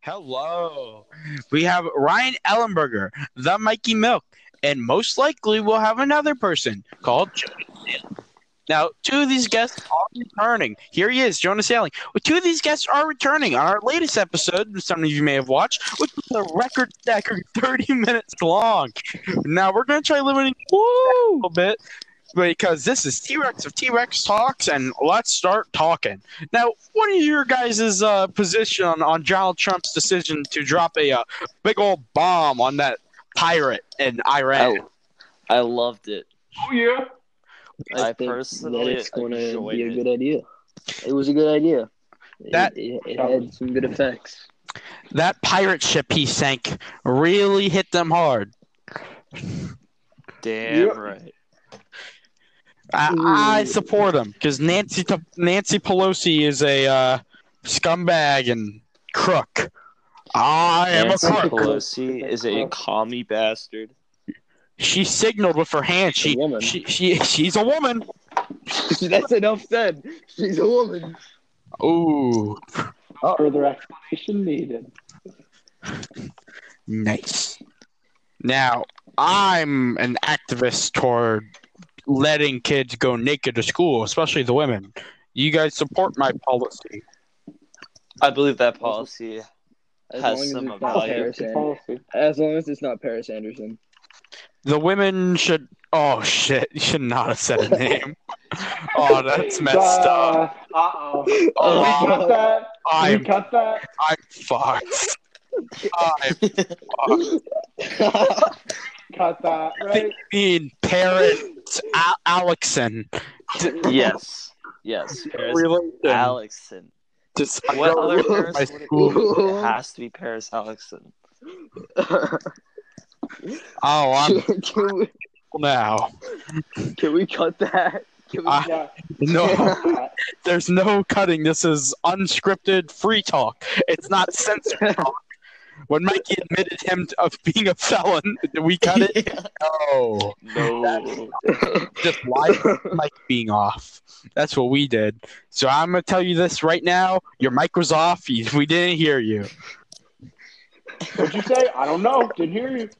Hello. We have Ryan Ellenberger, the Mikey Milk, and most likely we'll have another person called Jonas Sailing. Now, two of these guests are returning. Here he is, Jonas Sailing. Well, two of these guests are returning on our latest episode, which some of you may have watched, which was a record stacker 30 minutes long. Now, we're going to try limiting it a little bit because this is T Rex of T Rex Talks, and let's start talking. Now, what is your guys' uh, position on, on Donald Trump's decision to drop a uh, big old bomb on that pirate in Iran? Oh. I loved it. Oh yeah. I think personally that it's going to enjoyed be a it. good idea. It was a good idea. That- it, it, it had some good effects. That pirate ship he sank really hit them hard. Damn Yep. right. I, I support him because Nancy T- Nancy Pelosi is a uh, scumbag and crook. I am Nancy a crook. Pelosi is a commie bastard. She signaled with her hand. She, A woman. she she she's a woman. That's enough said. She's a woman. Ooh, Further explanation needed. nice. Now I'm an activist toward letting kids go naked to school, especially the women. You guys support my policy. I believe that policy. As Has long as some it's not value. Paris Anderson. As long as it's not Paris Anderson. The women should. Oh shit! You should not have said a name. oh, that's messed up. Uh oh. Oh, Cut that. Can I'm we cut that. I'm fucked. I'm fucked. Cut that. Right. Mean parents, Al- Alexon. Yes. Yes. Paris Relation. Alexson. Just- I What don't other remember my Paris would it school. be? It has to be Paris Alexson. Oh, I'm can, can we, cool now. can we cut that? Can we, I- Yeah. No, there's no cutting. This is unscripted free talk. It's not censored talk. When Mikey admitted him to- of being a felon, did we cut it? No. No. Just lied about Mike being off. That's what we did. So I'm going to tell you this right now. Your mic was off. You- We didn't hear you. What'd you say? I don't know. Didn't hear you.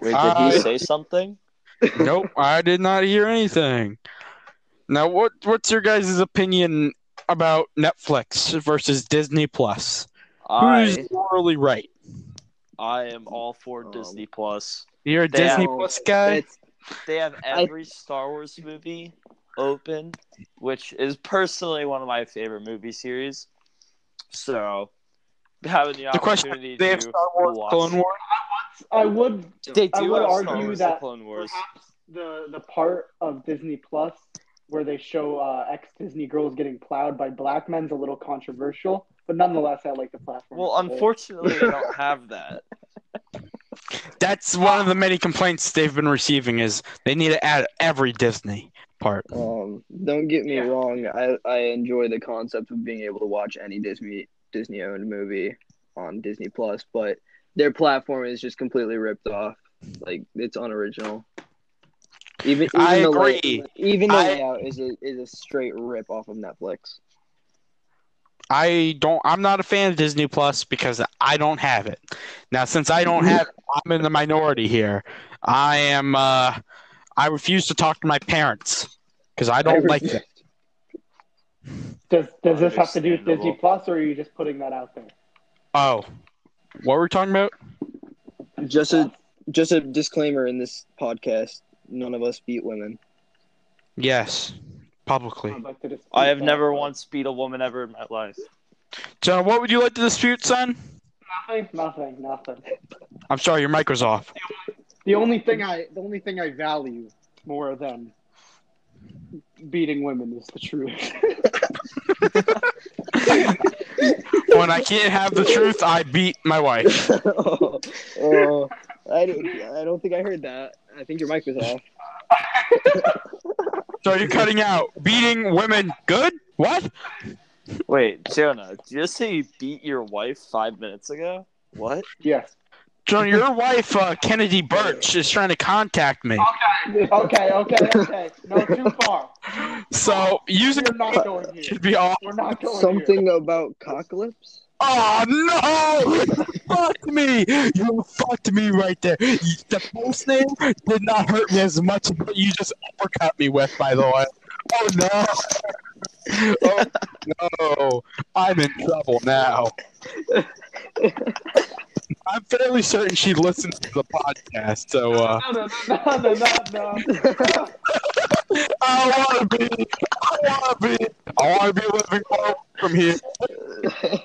Wait, did Uh, he say something? nope, I did not hear anything. Now, what what's your guys' opinion about Netflix versus Disney Plus? I Who's morally right? I am all for Um, Disney Plus. You're a Damn. Disney Plus guy. It's- They have every Star Wars movie open, which is personally one of my favorite movie series. So having the, The question- opportunity They to have Star Wars, watch Clone Wars. I would They I do would have Star argue Wars, that the Clone Wars. perhaps the the part of Disney Plus where they show uh, ex Disney girls getting plowed by black men's a little controversial, but nonetheless, I like the platform. Well, unfortunately, they don't have that. That's one of the many complaints they've been receiving is they need to add every Disney part. um, don't get me wrong. I, I enjoy the concept of being able to watch any Disney Disney owned movie on Disney Plus, but their platform is just completely ripped off. Like it's unoriginal. Even, even I the lay- agree. even the I- layout is a is a straight rip off of Netflix. I don't. I'm not a fan of Disney Plus because I don't have it. Now, since I don't have, it, I'm in the minority here. I am. Uh, I refuse to talk to my parents because I don't like it. does does this have to do with Disney Understandable. Plus, or are you just putting that out there? Oh, what were we talking about? Just a just a disclaimer in this podcast: none of us beat women. Yes, publicly. I'd like to dispute I have that. never once beat a woman ever in my life. John, what would you like to dispute, son? nothing, nothing, nothing. I'm sorry, your mic was off. The only thing I the only thing I value more than beating women is the truth. When I can't have the truth, I beat my wife. oh, oh, I don't I don't think I heard that. I think your mic was off. So you're cutting out beating women. Good? What? Wait, Jonah, did you just say you beat your wife five minutes ago? What? yes. John, your wife, uh, Kennedy Birch, is trying to contact me. Okay. Okay. Okay. Okay. No, too far. So using We're not going here. should be off. We're not going here. Something about cocklips. Oh no! fucked me! You fucked me right there. You- The post name did not hurt me as much, but you just uppercut me with. By the way. Oh no! Oh no! I'm in trouble now. I'm fairly certain she listens to the podcast, so uh, No, no, no, no, no, no. I want to be, I want to be, I want to be living home from here.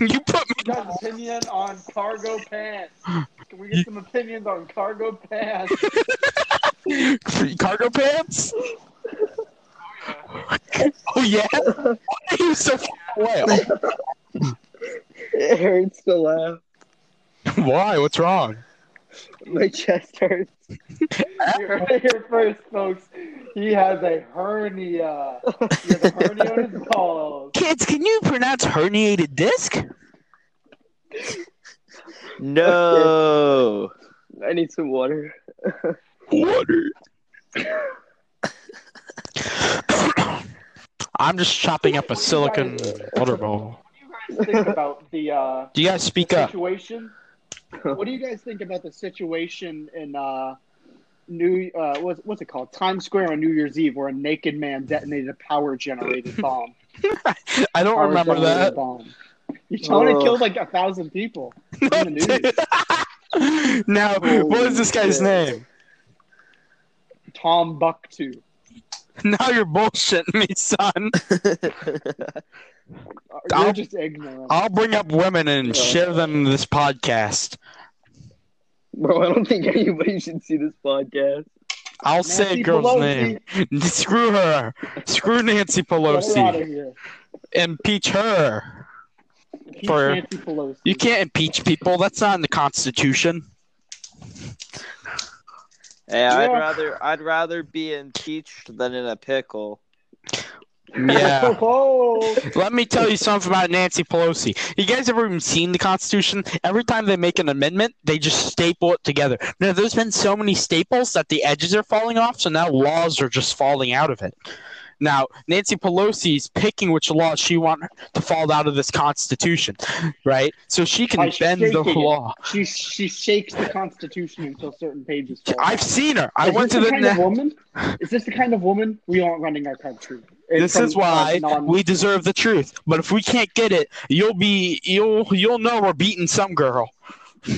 You put me You guys' opinion on cargo pants. Can we get some opinions on cargo pants? Free cargo pants? Oh yeah? Why are you so far away? Oh, it hurts to laugh. Why? What's wrong? My chest hurts. You heard it here first, folks. He has a hernia. He has a hernia in his balls. Kids, can you pronounce herniated disc? No. I need some water. Water. I'm just chopping up a silicon water bowl. What do you guys think about the uh, Do you guys speak up? situation? What do you guys think about the situation in uh, New? Uh, what's, what's it called? Times Square on New Year's Eve, where a naked man detonated a power-generated bomb. I don't remember Power-generated that. Bomb. You told it Ugh. killed like a thousand people. in the news. now, what is this guy's Holy shit. name? Tom Bucktu. Now you're bullshitting me, son. Uh, You're I'll- just ignorant. I'll bring up women and Yeah. share them in this podcast. Bro, I don't think anybody should see this podcast. I'll Nancy say a girl's Pelosi, name. Screw her. Screw Nancy Get her out of Pelosi. here. Impeach her. Keep For- Nancy Pelosi. You can't impeach people. That's not in the Constitution. yeah, I'd Yeah. rather I'd rather be impeached than in a pickle. Yeah. Whoa. Let me tell you something about Nancy Pelosi. You guys ever even seen the Constitution? Every time they make an amendment, they just staple it together. Now, there's been so many staples that the edges are falling off, so now laws are just falling out of it. Now, Nancy Pelosi is picking which laws she wants to fall out of this Constitution, right? So she can By bend the shaking it. law. She she shakes the Constitution until certain pages fall. I've off. seen her. I is went this to the, the. kind na- of woman? Is this the kind of woman we aren't running our country? this From, is why uh, non- we deserve the truth. But if we can't get it, you'll be you'll you'll know we're beating some girl. We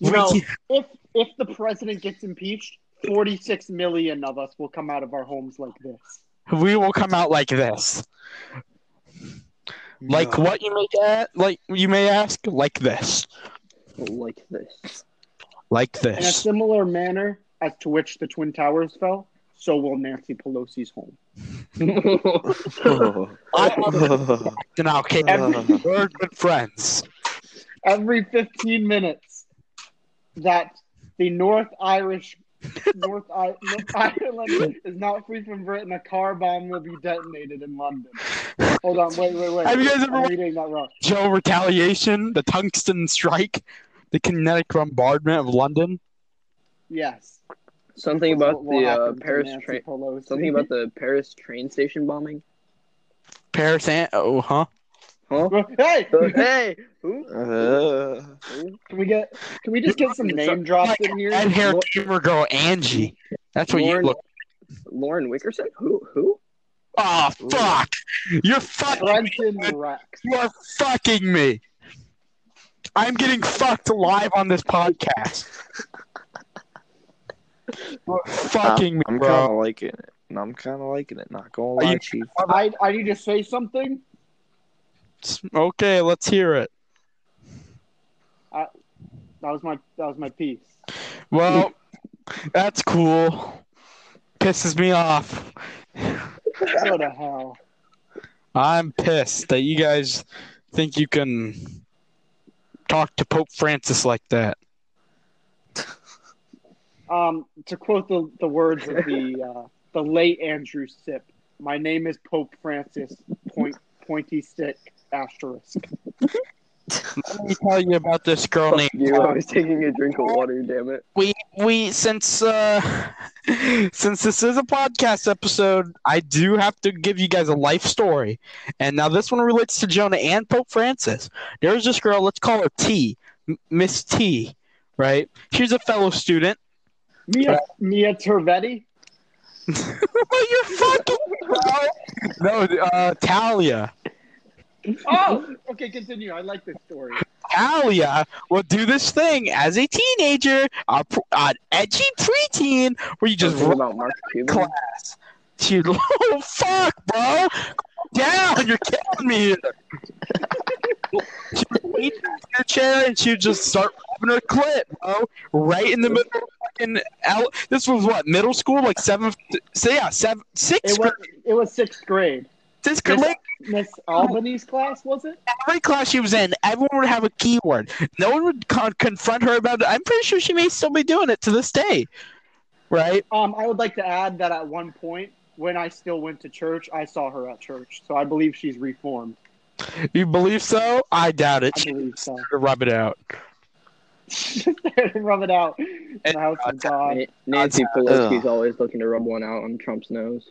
you know, can't- if if the president gets impeached, forty six million of us will come out of our homes like this. we will come out like this. Like what you may a like you may ask, like this, Like this. like In a this. similar manner as to which the twin towers fell, so will Nancy Pelosi's home. Then I'll kick Every- we're good friends. every 15 minutes that the North Irish North, I- North Ireland is not free from Britain, a car bomb will be detonated in London. Hold on, wait, wait, wait. Have you guys ever- I'm reading that wrong. Joe retaliation, the tungsten strike, the kinetic bombardment of London. Yes. something about What will the uh, happen to Paris Nancy train. Pelosi? Something about the Paris train station bombing. Paris, and- oh huh? Huh? Hey, Uh, hey, who? Uh, who? can we get? Can we just get some name drops in here? Red hair Lo- gamer girl Angie. That's what Lauren, you look. Lauren Wickerson? Who? Who? Oh fuck! You're fucking. Brenton Rex. You are fucking me. I'm getting fucked live on this podcast. You're fucking me, Ah, I'm kind bro. of liking it. No, I'm kind of liking it. Not gonna Are lie, you- Chief. I I need to say something. Okay, let's hear it. That was my that was my piece. Well, that's cool. Pisses me off. What the hell? I'm pissed that you guys think you can talk to Pope Francis like that. Um, to quote the, the words of the uh, the late Andrew Sipp, my name is Pope Francis. Point pointy stick asterisk. Let me tell you about this girl named You, I was taking a drink of water. Damn it. we we since uh since this is a podcast episode, I do have to give you guys a life story. And now this one relates to Jonah and Pope Francis. There's this girl, let's call her T, M- Miss T, right? She's a fellow student. Mia Mia Tervetti. Well, you're fucking no, uh, Talia. Oh, okay. Continue. I like this story. Talia will do this thing as a teenager, a, pr- an edgy preteen, where you just Something roll about Mark Cuban. class. She, oh fuck, bro, calm down, you're killing me. here. she would lean back in her chair and she would just start rubbing her clit, bro, right in the middle of fucking. Out. This was what middle school, like seventh. So yeah, seven, sixth It was grade. it was sixth grade. This girl, like, Miss Albany's class was it? every class she was in, everyone would have a keyword. No one would con- confront her about it. I'm pretty sure she may still be doing it to this day, right? Um, I would like to add that at one point when I still went to church, I saw her at church. So I believe she's reformed. You believe so? I doubt it. I She believe so. rub it out. Rub it out. in the house of God. Nancy Pelosi's Pelosi's always looking to rub one out on Trump's nose.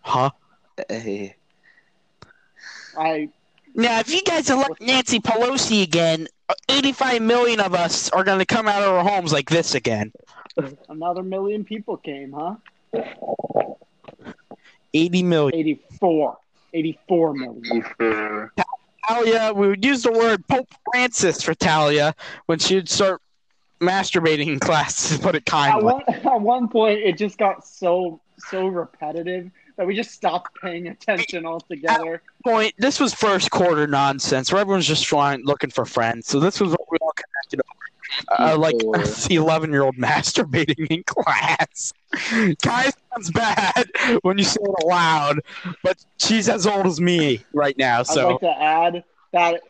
Huh? Hey. I Now, if you guys elect Nancy Pelosi again, 85 million of us are going to come out of our homes like this again. another million people came, huh? 80 million. 84. 84 million. Talia, we would use the word Pope Francis for Talia when she would start masturbating in class, to put it At kindly. one, at one point, it just got so so repetitive that we just stopped paying attention altogether. point, this was first quarter nonsense where everyone's just trying looking for friends. So this was what we all connected over. Uh, like Sure. eleven year old masturbating in class. Kai sounds bad when you say it aloud, but she's as old as me right now. I'd So like to add that if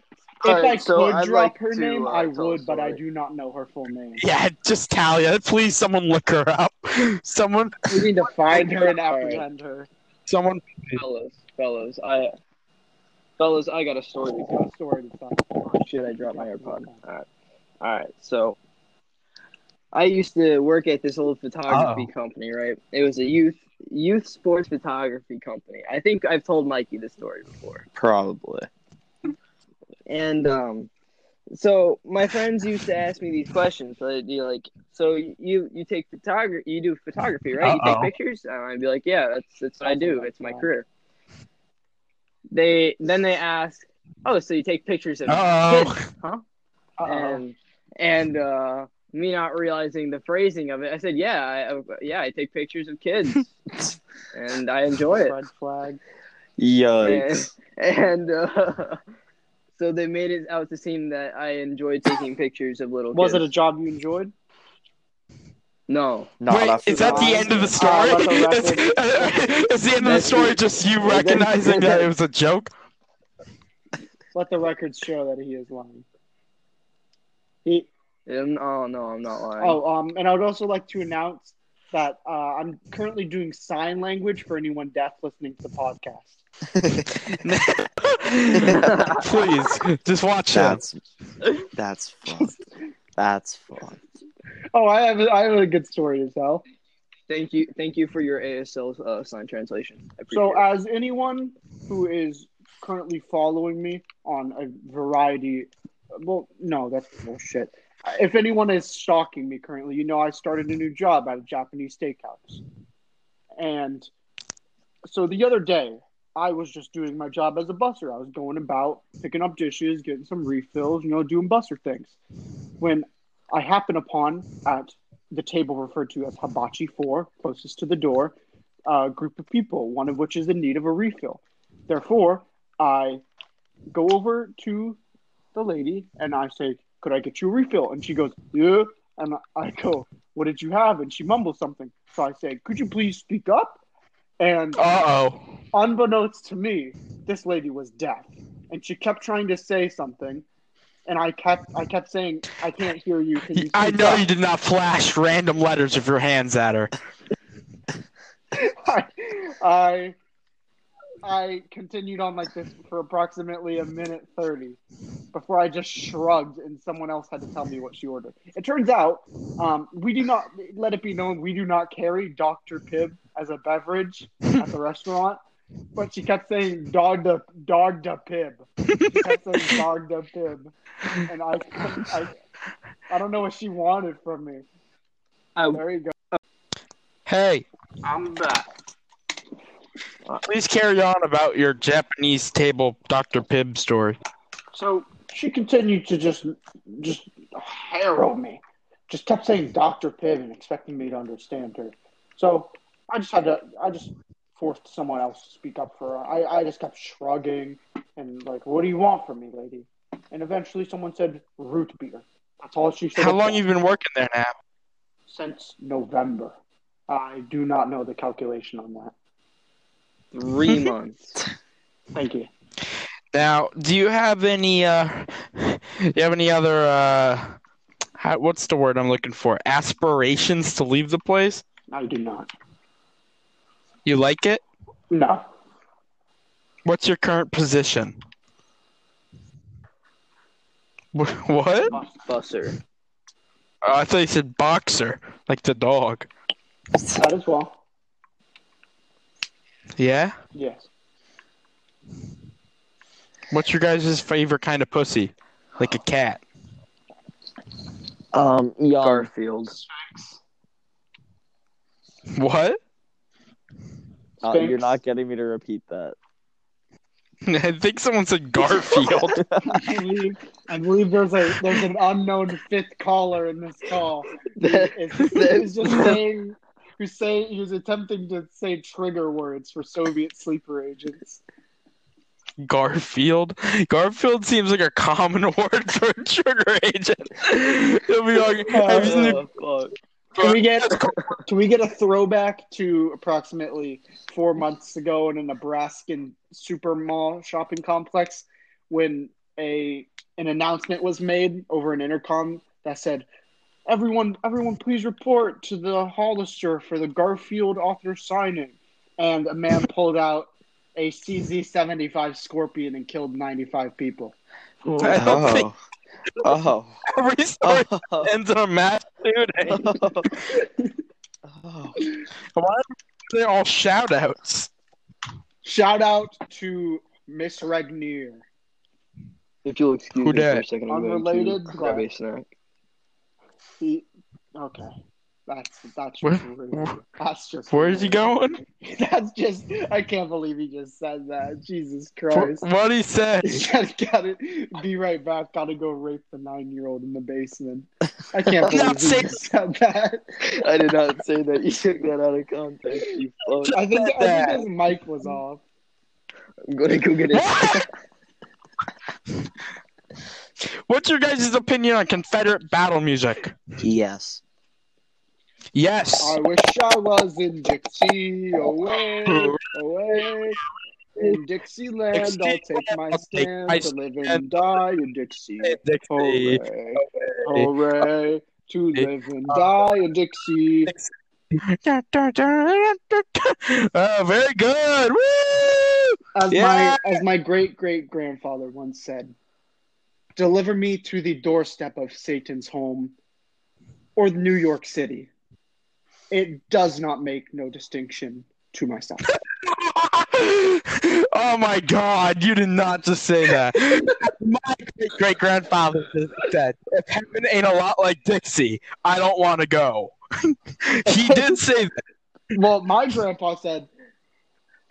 All I right, so could I'd drop like her to, name, uh, I tell a would, but I story. do not know her full name. yeah, just Talia. Please, someone look her up. Someone, We need to find her and All right. apprehend her. someone. fellas, fellas, I, fellas, I got a story to tell. Good story to tell. Shit, I dropped my AirPod. All right, all right. So, I used to work at this old photography company, right? It was a youth youth sports photography company. I think I've told Mikey this story before. Probably. And um, so my friends used to ask me these questions. So they'd be like, "So you you take photography? You do photography, right? You Uh-oh. take pictures?" And I'd be like, "Yeah, that's that's what I do. It's my Wow. career." They then they ask, "Oh, so you take pictures of Oh, Uh-oh. and and uh, me not realizing the phrasing of it, I said, "Yeah, I, I- yeah, I take pictures of kids, and I enjoy it." Red flag. Yikes. And uh, so they made it out to seem that I enjoy taking pictures of little Was it kids. a job you enjoyed? no? No, wait, that's is that wrong. the end of the Uh, story? let the is, is the end of the That's- story just you that's- recognizing that it was a joke? Let the records show that he is lying. He, Um, oh no, I'm not lying. oh, um, and I would also like to announce that uh, I'm currently doing sign language for anyone deaf listening to the podcast. Please, just watch that. That's that's fun. That's fun. Oh, I have I have a good story to tell. thank you, thank you for your ASL uh, sign translation. I appreciate So, it. as anyone who is currently following me on a variety, well, no, that's bullshit. If anyone is stalking me currently, you know I started a new job at a Japanese steakhouse, and so the other day I was just doing my job as a busser. I was going about picking up dishes, getting some refills, you know, doing busser things. When I happen upon at the table referred to as Hibachi Four, closest to the door, uh, group of people, one of which is in need of a refill. Therefore, I go over to the lady and I say, Could I get you a refill? And she goes, Yeah. And I go, What did you have? And she mumbles something. So I say, Could you please speak up? And Uh oh. unbeknownst to me, this lady was deaf, and she kept trying to say something, and I kept I kept saying, "I can't hear you." Can you I speak know up?" you did not flash random letters with your hands at her. I, I I continued on like this for approximately a minute 30 before I just shrugged and someone else had to tell me what she ordered. It turns out um, we do not, let it be known, we do not carry Dr. Pibb as a beverage at the restaurant. But she kept saying dog da dog da pib. She kept saying dog da pib, and I, I I don't know what she wanted from me. I, There you go. Hey, I'm back. please carry on about your Japanese table Dr. Pibb story. So she continued to just just harrow me. Just kept saying Dr. Pibb and expecting me to understand her. So I just had to I just forced someone else to speak up for her. I, I just kept shrugging and like, what do you want from me, lady? And eventually someone said root beer. That's all she said. How long you been working there now? since November. I do not know the calculation on that. Three months. Thank you. Now, do you have any uh do you have any other uh how, what's the word I'm looking for? Aspirations to leave the place? I do not. You like it? No. What's your current position? Wh- What? Oh, Buster. I thought you said boxer, like the dog. That as well. Yeah? Yes. What's your guys' favorite kind of pussy? Like a cat. Um, yeah. Garfield. What? Uh, you're not getting me to repeat that. I think someone said Garfield. I believe, I believe there's a there's an unknown fifth caller in this call. Who is- Who's just saying who's saying who's attempting to say trigger words for Soviet sleeper agents. Garfield. Garfield seems like a common word for a trigger agent. He'll be like, have you seen the- Can we get can we get a throwback to approximately four months ago in a Nebraskan super mall shopping complex when a an announcement was made over an intercom that said, "Everyone, everyone, please report to the Hollister for the Garfield author signing." And a man pulled out a CZ seventy five Scorpion and killed ninety five people. I don't think Oh. Oh. every story Oh. ends in a mass shooting. Oh. Why are they all shout outs? Shout out to Miss Regnier. If you'll excuse Who me for a dat? second, I'm Unrelated, going to grab but- a snack. He, okay, that's that's just Where- rude. That's just Where's he rude. going? That's just I can't believe he just said that. Jesus What Christ! what he said? He's gotta, gotta be right back. Gotta go rape the nine-year-old in the basement. I No, can't believe he say- just said that. I did not say that. You took that out of context. You fuck. I think I think that. his mic was off. I'm gonna go get it. What's your guys' opinion on Confederate battle music? Yes. Yes. I wish I was in Dixie, away, away. In Dixieland, I'll take my I'll take stand my to live and stand. die in Dixie. Dixie. Hooray. Hooray to live and die in Dixie. Da, da, da, da, da. Oh, very good. Woo! As Yeah. my as my great great grandfather once said, deliver me to the doorstep of Satan's home or New York City. It does not make no distinction to myself. oh my God! You did not just say that. my great great grandfather said, "If heaven ain't a lot like Dixie, I don't want to go." he did say that. well, my grandpa said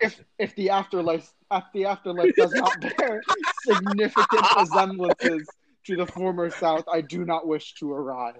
if if the afterlife if the afterlife does not bear significant resemblances to the former South, I do not wish to arrive.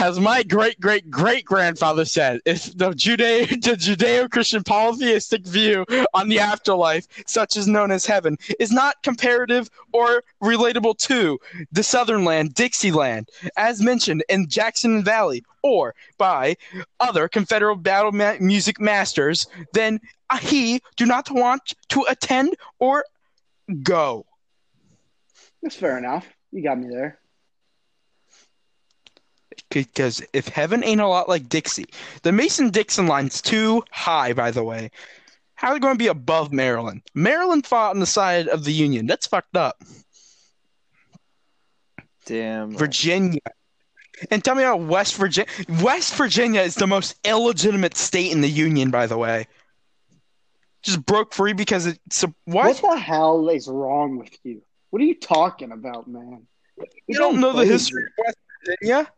As my great great great grandfather said, if the Judeo the Judeo Christian polytheistic view on the afterlife, such as known as heaven, is not comparative or relatable to the Southern land, Dixieland, as mentioned in Jackson Valley, or by other Confederate battle ma- music masters, then uh, he do not want to attend or go. That's fair enough. You got me there. Because if heaven ain't a lot like Dixie, the Mason Dixon line's too high, by the way. How are they going to be above Maryland? Maryland fought on the side of the Union. That's fucked up. Damn. Virginia. And tell me about West Virginia. West Virginia is the most illegitimate state in the Union, by the way. Just broke free because it's a, what? What the hell is wrong with you? What are you talking about, man? You don't know the history of West Virginia?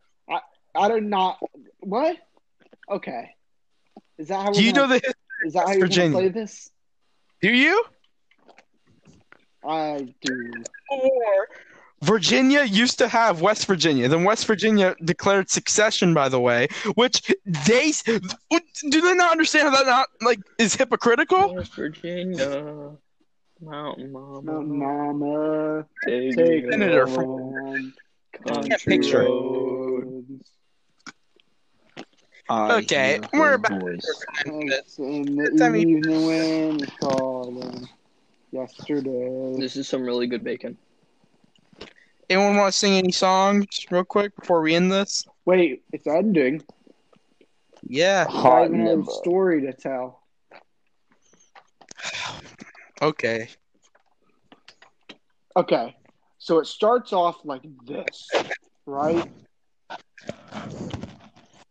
I do not. What? Okay. Is that how we're Do you know gonna, the? his- is that how you're gonna Virginia? play this? Do you? I do. War. Virginia used to have West Virginia. Then West Virginia declared succession, by the way, which they do they not understand how that not like is hypocritical? West Virginia, Mountain Mama, Mountain Mama, Take take me Senator home, from country Can't picture. road. Okay, we're back. It's in That's how the we- evening when we calling. Yesterday. This is some really good bacon. Anyone want to sing any songs real quick before we end this? Wait, it's ending. Yeah. I Hot even have a number. story to tell. Okay. Okay, so it starts off like this, right?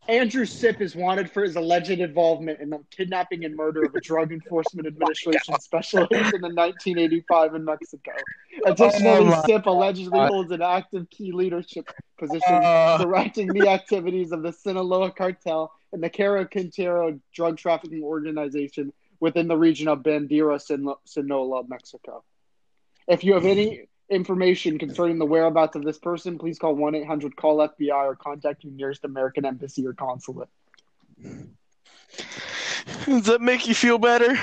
Andrew Sipp is wanted for his alleged involvement in the kidnapping and murder of a Drug Enforcement Administration special agent in 1985 in Mexico. Oh Additionally, my Sipp allegedly God. holds an active key leadership position Uh, directing the activities of the Sinaloa cartel and the Caro Quintero drug trafficking organization within the region of Bandera, Sin- Sinaloa, Mexico. If you have any information concerning the whereabouts of this person, please call 1 800 call FBI or contact your nearest American embassy or consulate. does that make you feel better?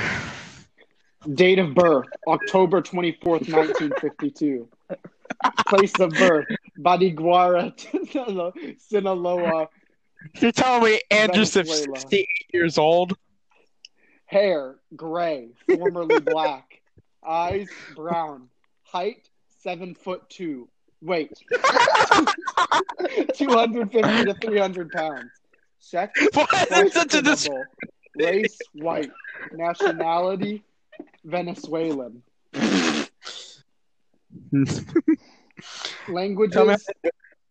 Date of birth October 24th, 1952. Place of birth Badiguara, Sinaloa, You're telling me Anderson's Venezuela. 68 years old? Hair gray, formerly black. Eyes brown. Height seven foot two. Weight two hundred fifty to three hundred pounds. Sex Why is there such a dis- questionable. Race white. Nationality Venezuelan. Tell me- Languages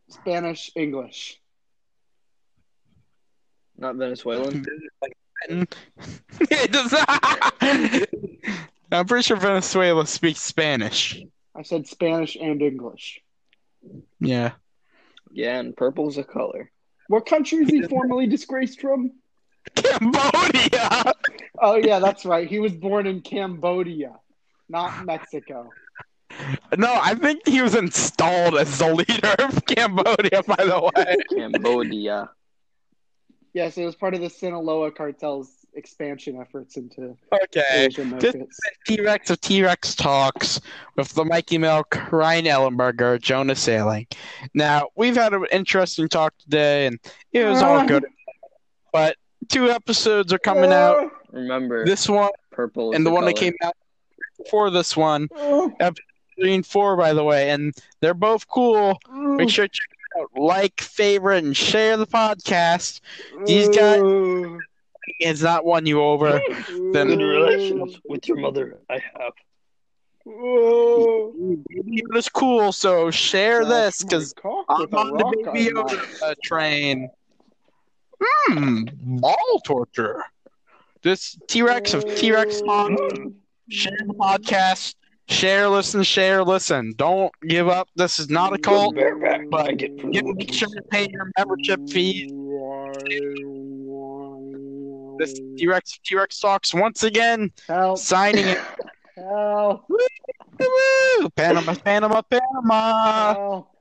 Spanish English. Not Venezuelan. It does not. I'm pretty sure Venezuela speaks Spanish. I said Spanish and English. Yeah. Yeah, and purple's a color. What country is he formerly disgraced from? Cambodia. Oh yeah, that's right. He was born in Cambodia, not Mexico. No, I think he was installed as the leader of Cambodia. By the way, Cambodia. Yes, it was part of the Sinaloa cartel's expansion efforts into okay. Asian this- markets. T Rex of T Rex talks with the Mikey Milk, Ryan Ellenberger, Jonah Sailing. Now we've had an interesting talk today, and it was all good. But two episodes are coming out. Remember, This one purple is and the a one that color. came out before this one, Oh, three and four, by the way, and they're both cool. oh, Make sure to check it out, like, favorite, and share the podcast. These guys- oh, It's not won you over. Then- Good relations with your mother. I uh, have. oh. Baby Yoda's cool, so share this because Cock I'm with a on the rock Baby on Yoda that. uh, train. Hmm, ball torture. This T Rex of T Rex Talk. Share the podcast. Share, listen, share, listen. Don't give up. This is not a cult. bareback but blanket for Get, make sure to pay your membership fee. This is T Rex T Rex talks once again Help! signing it. Help! Woo! Panama, Panama, Panama. Help!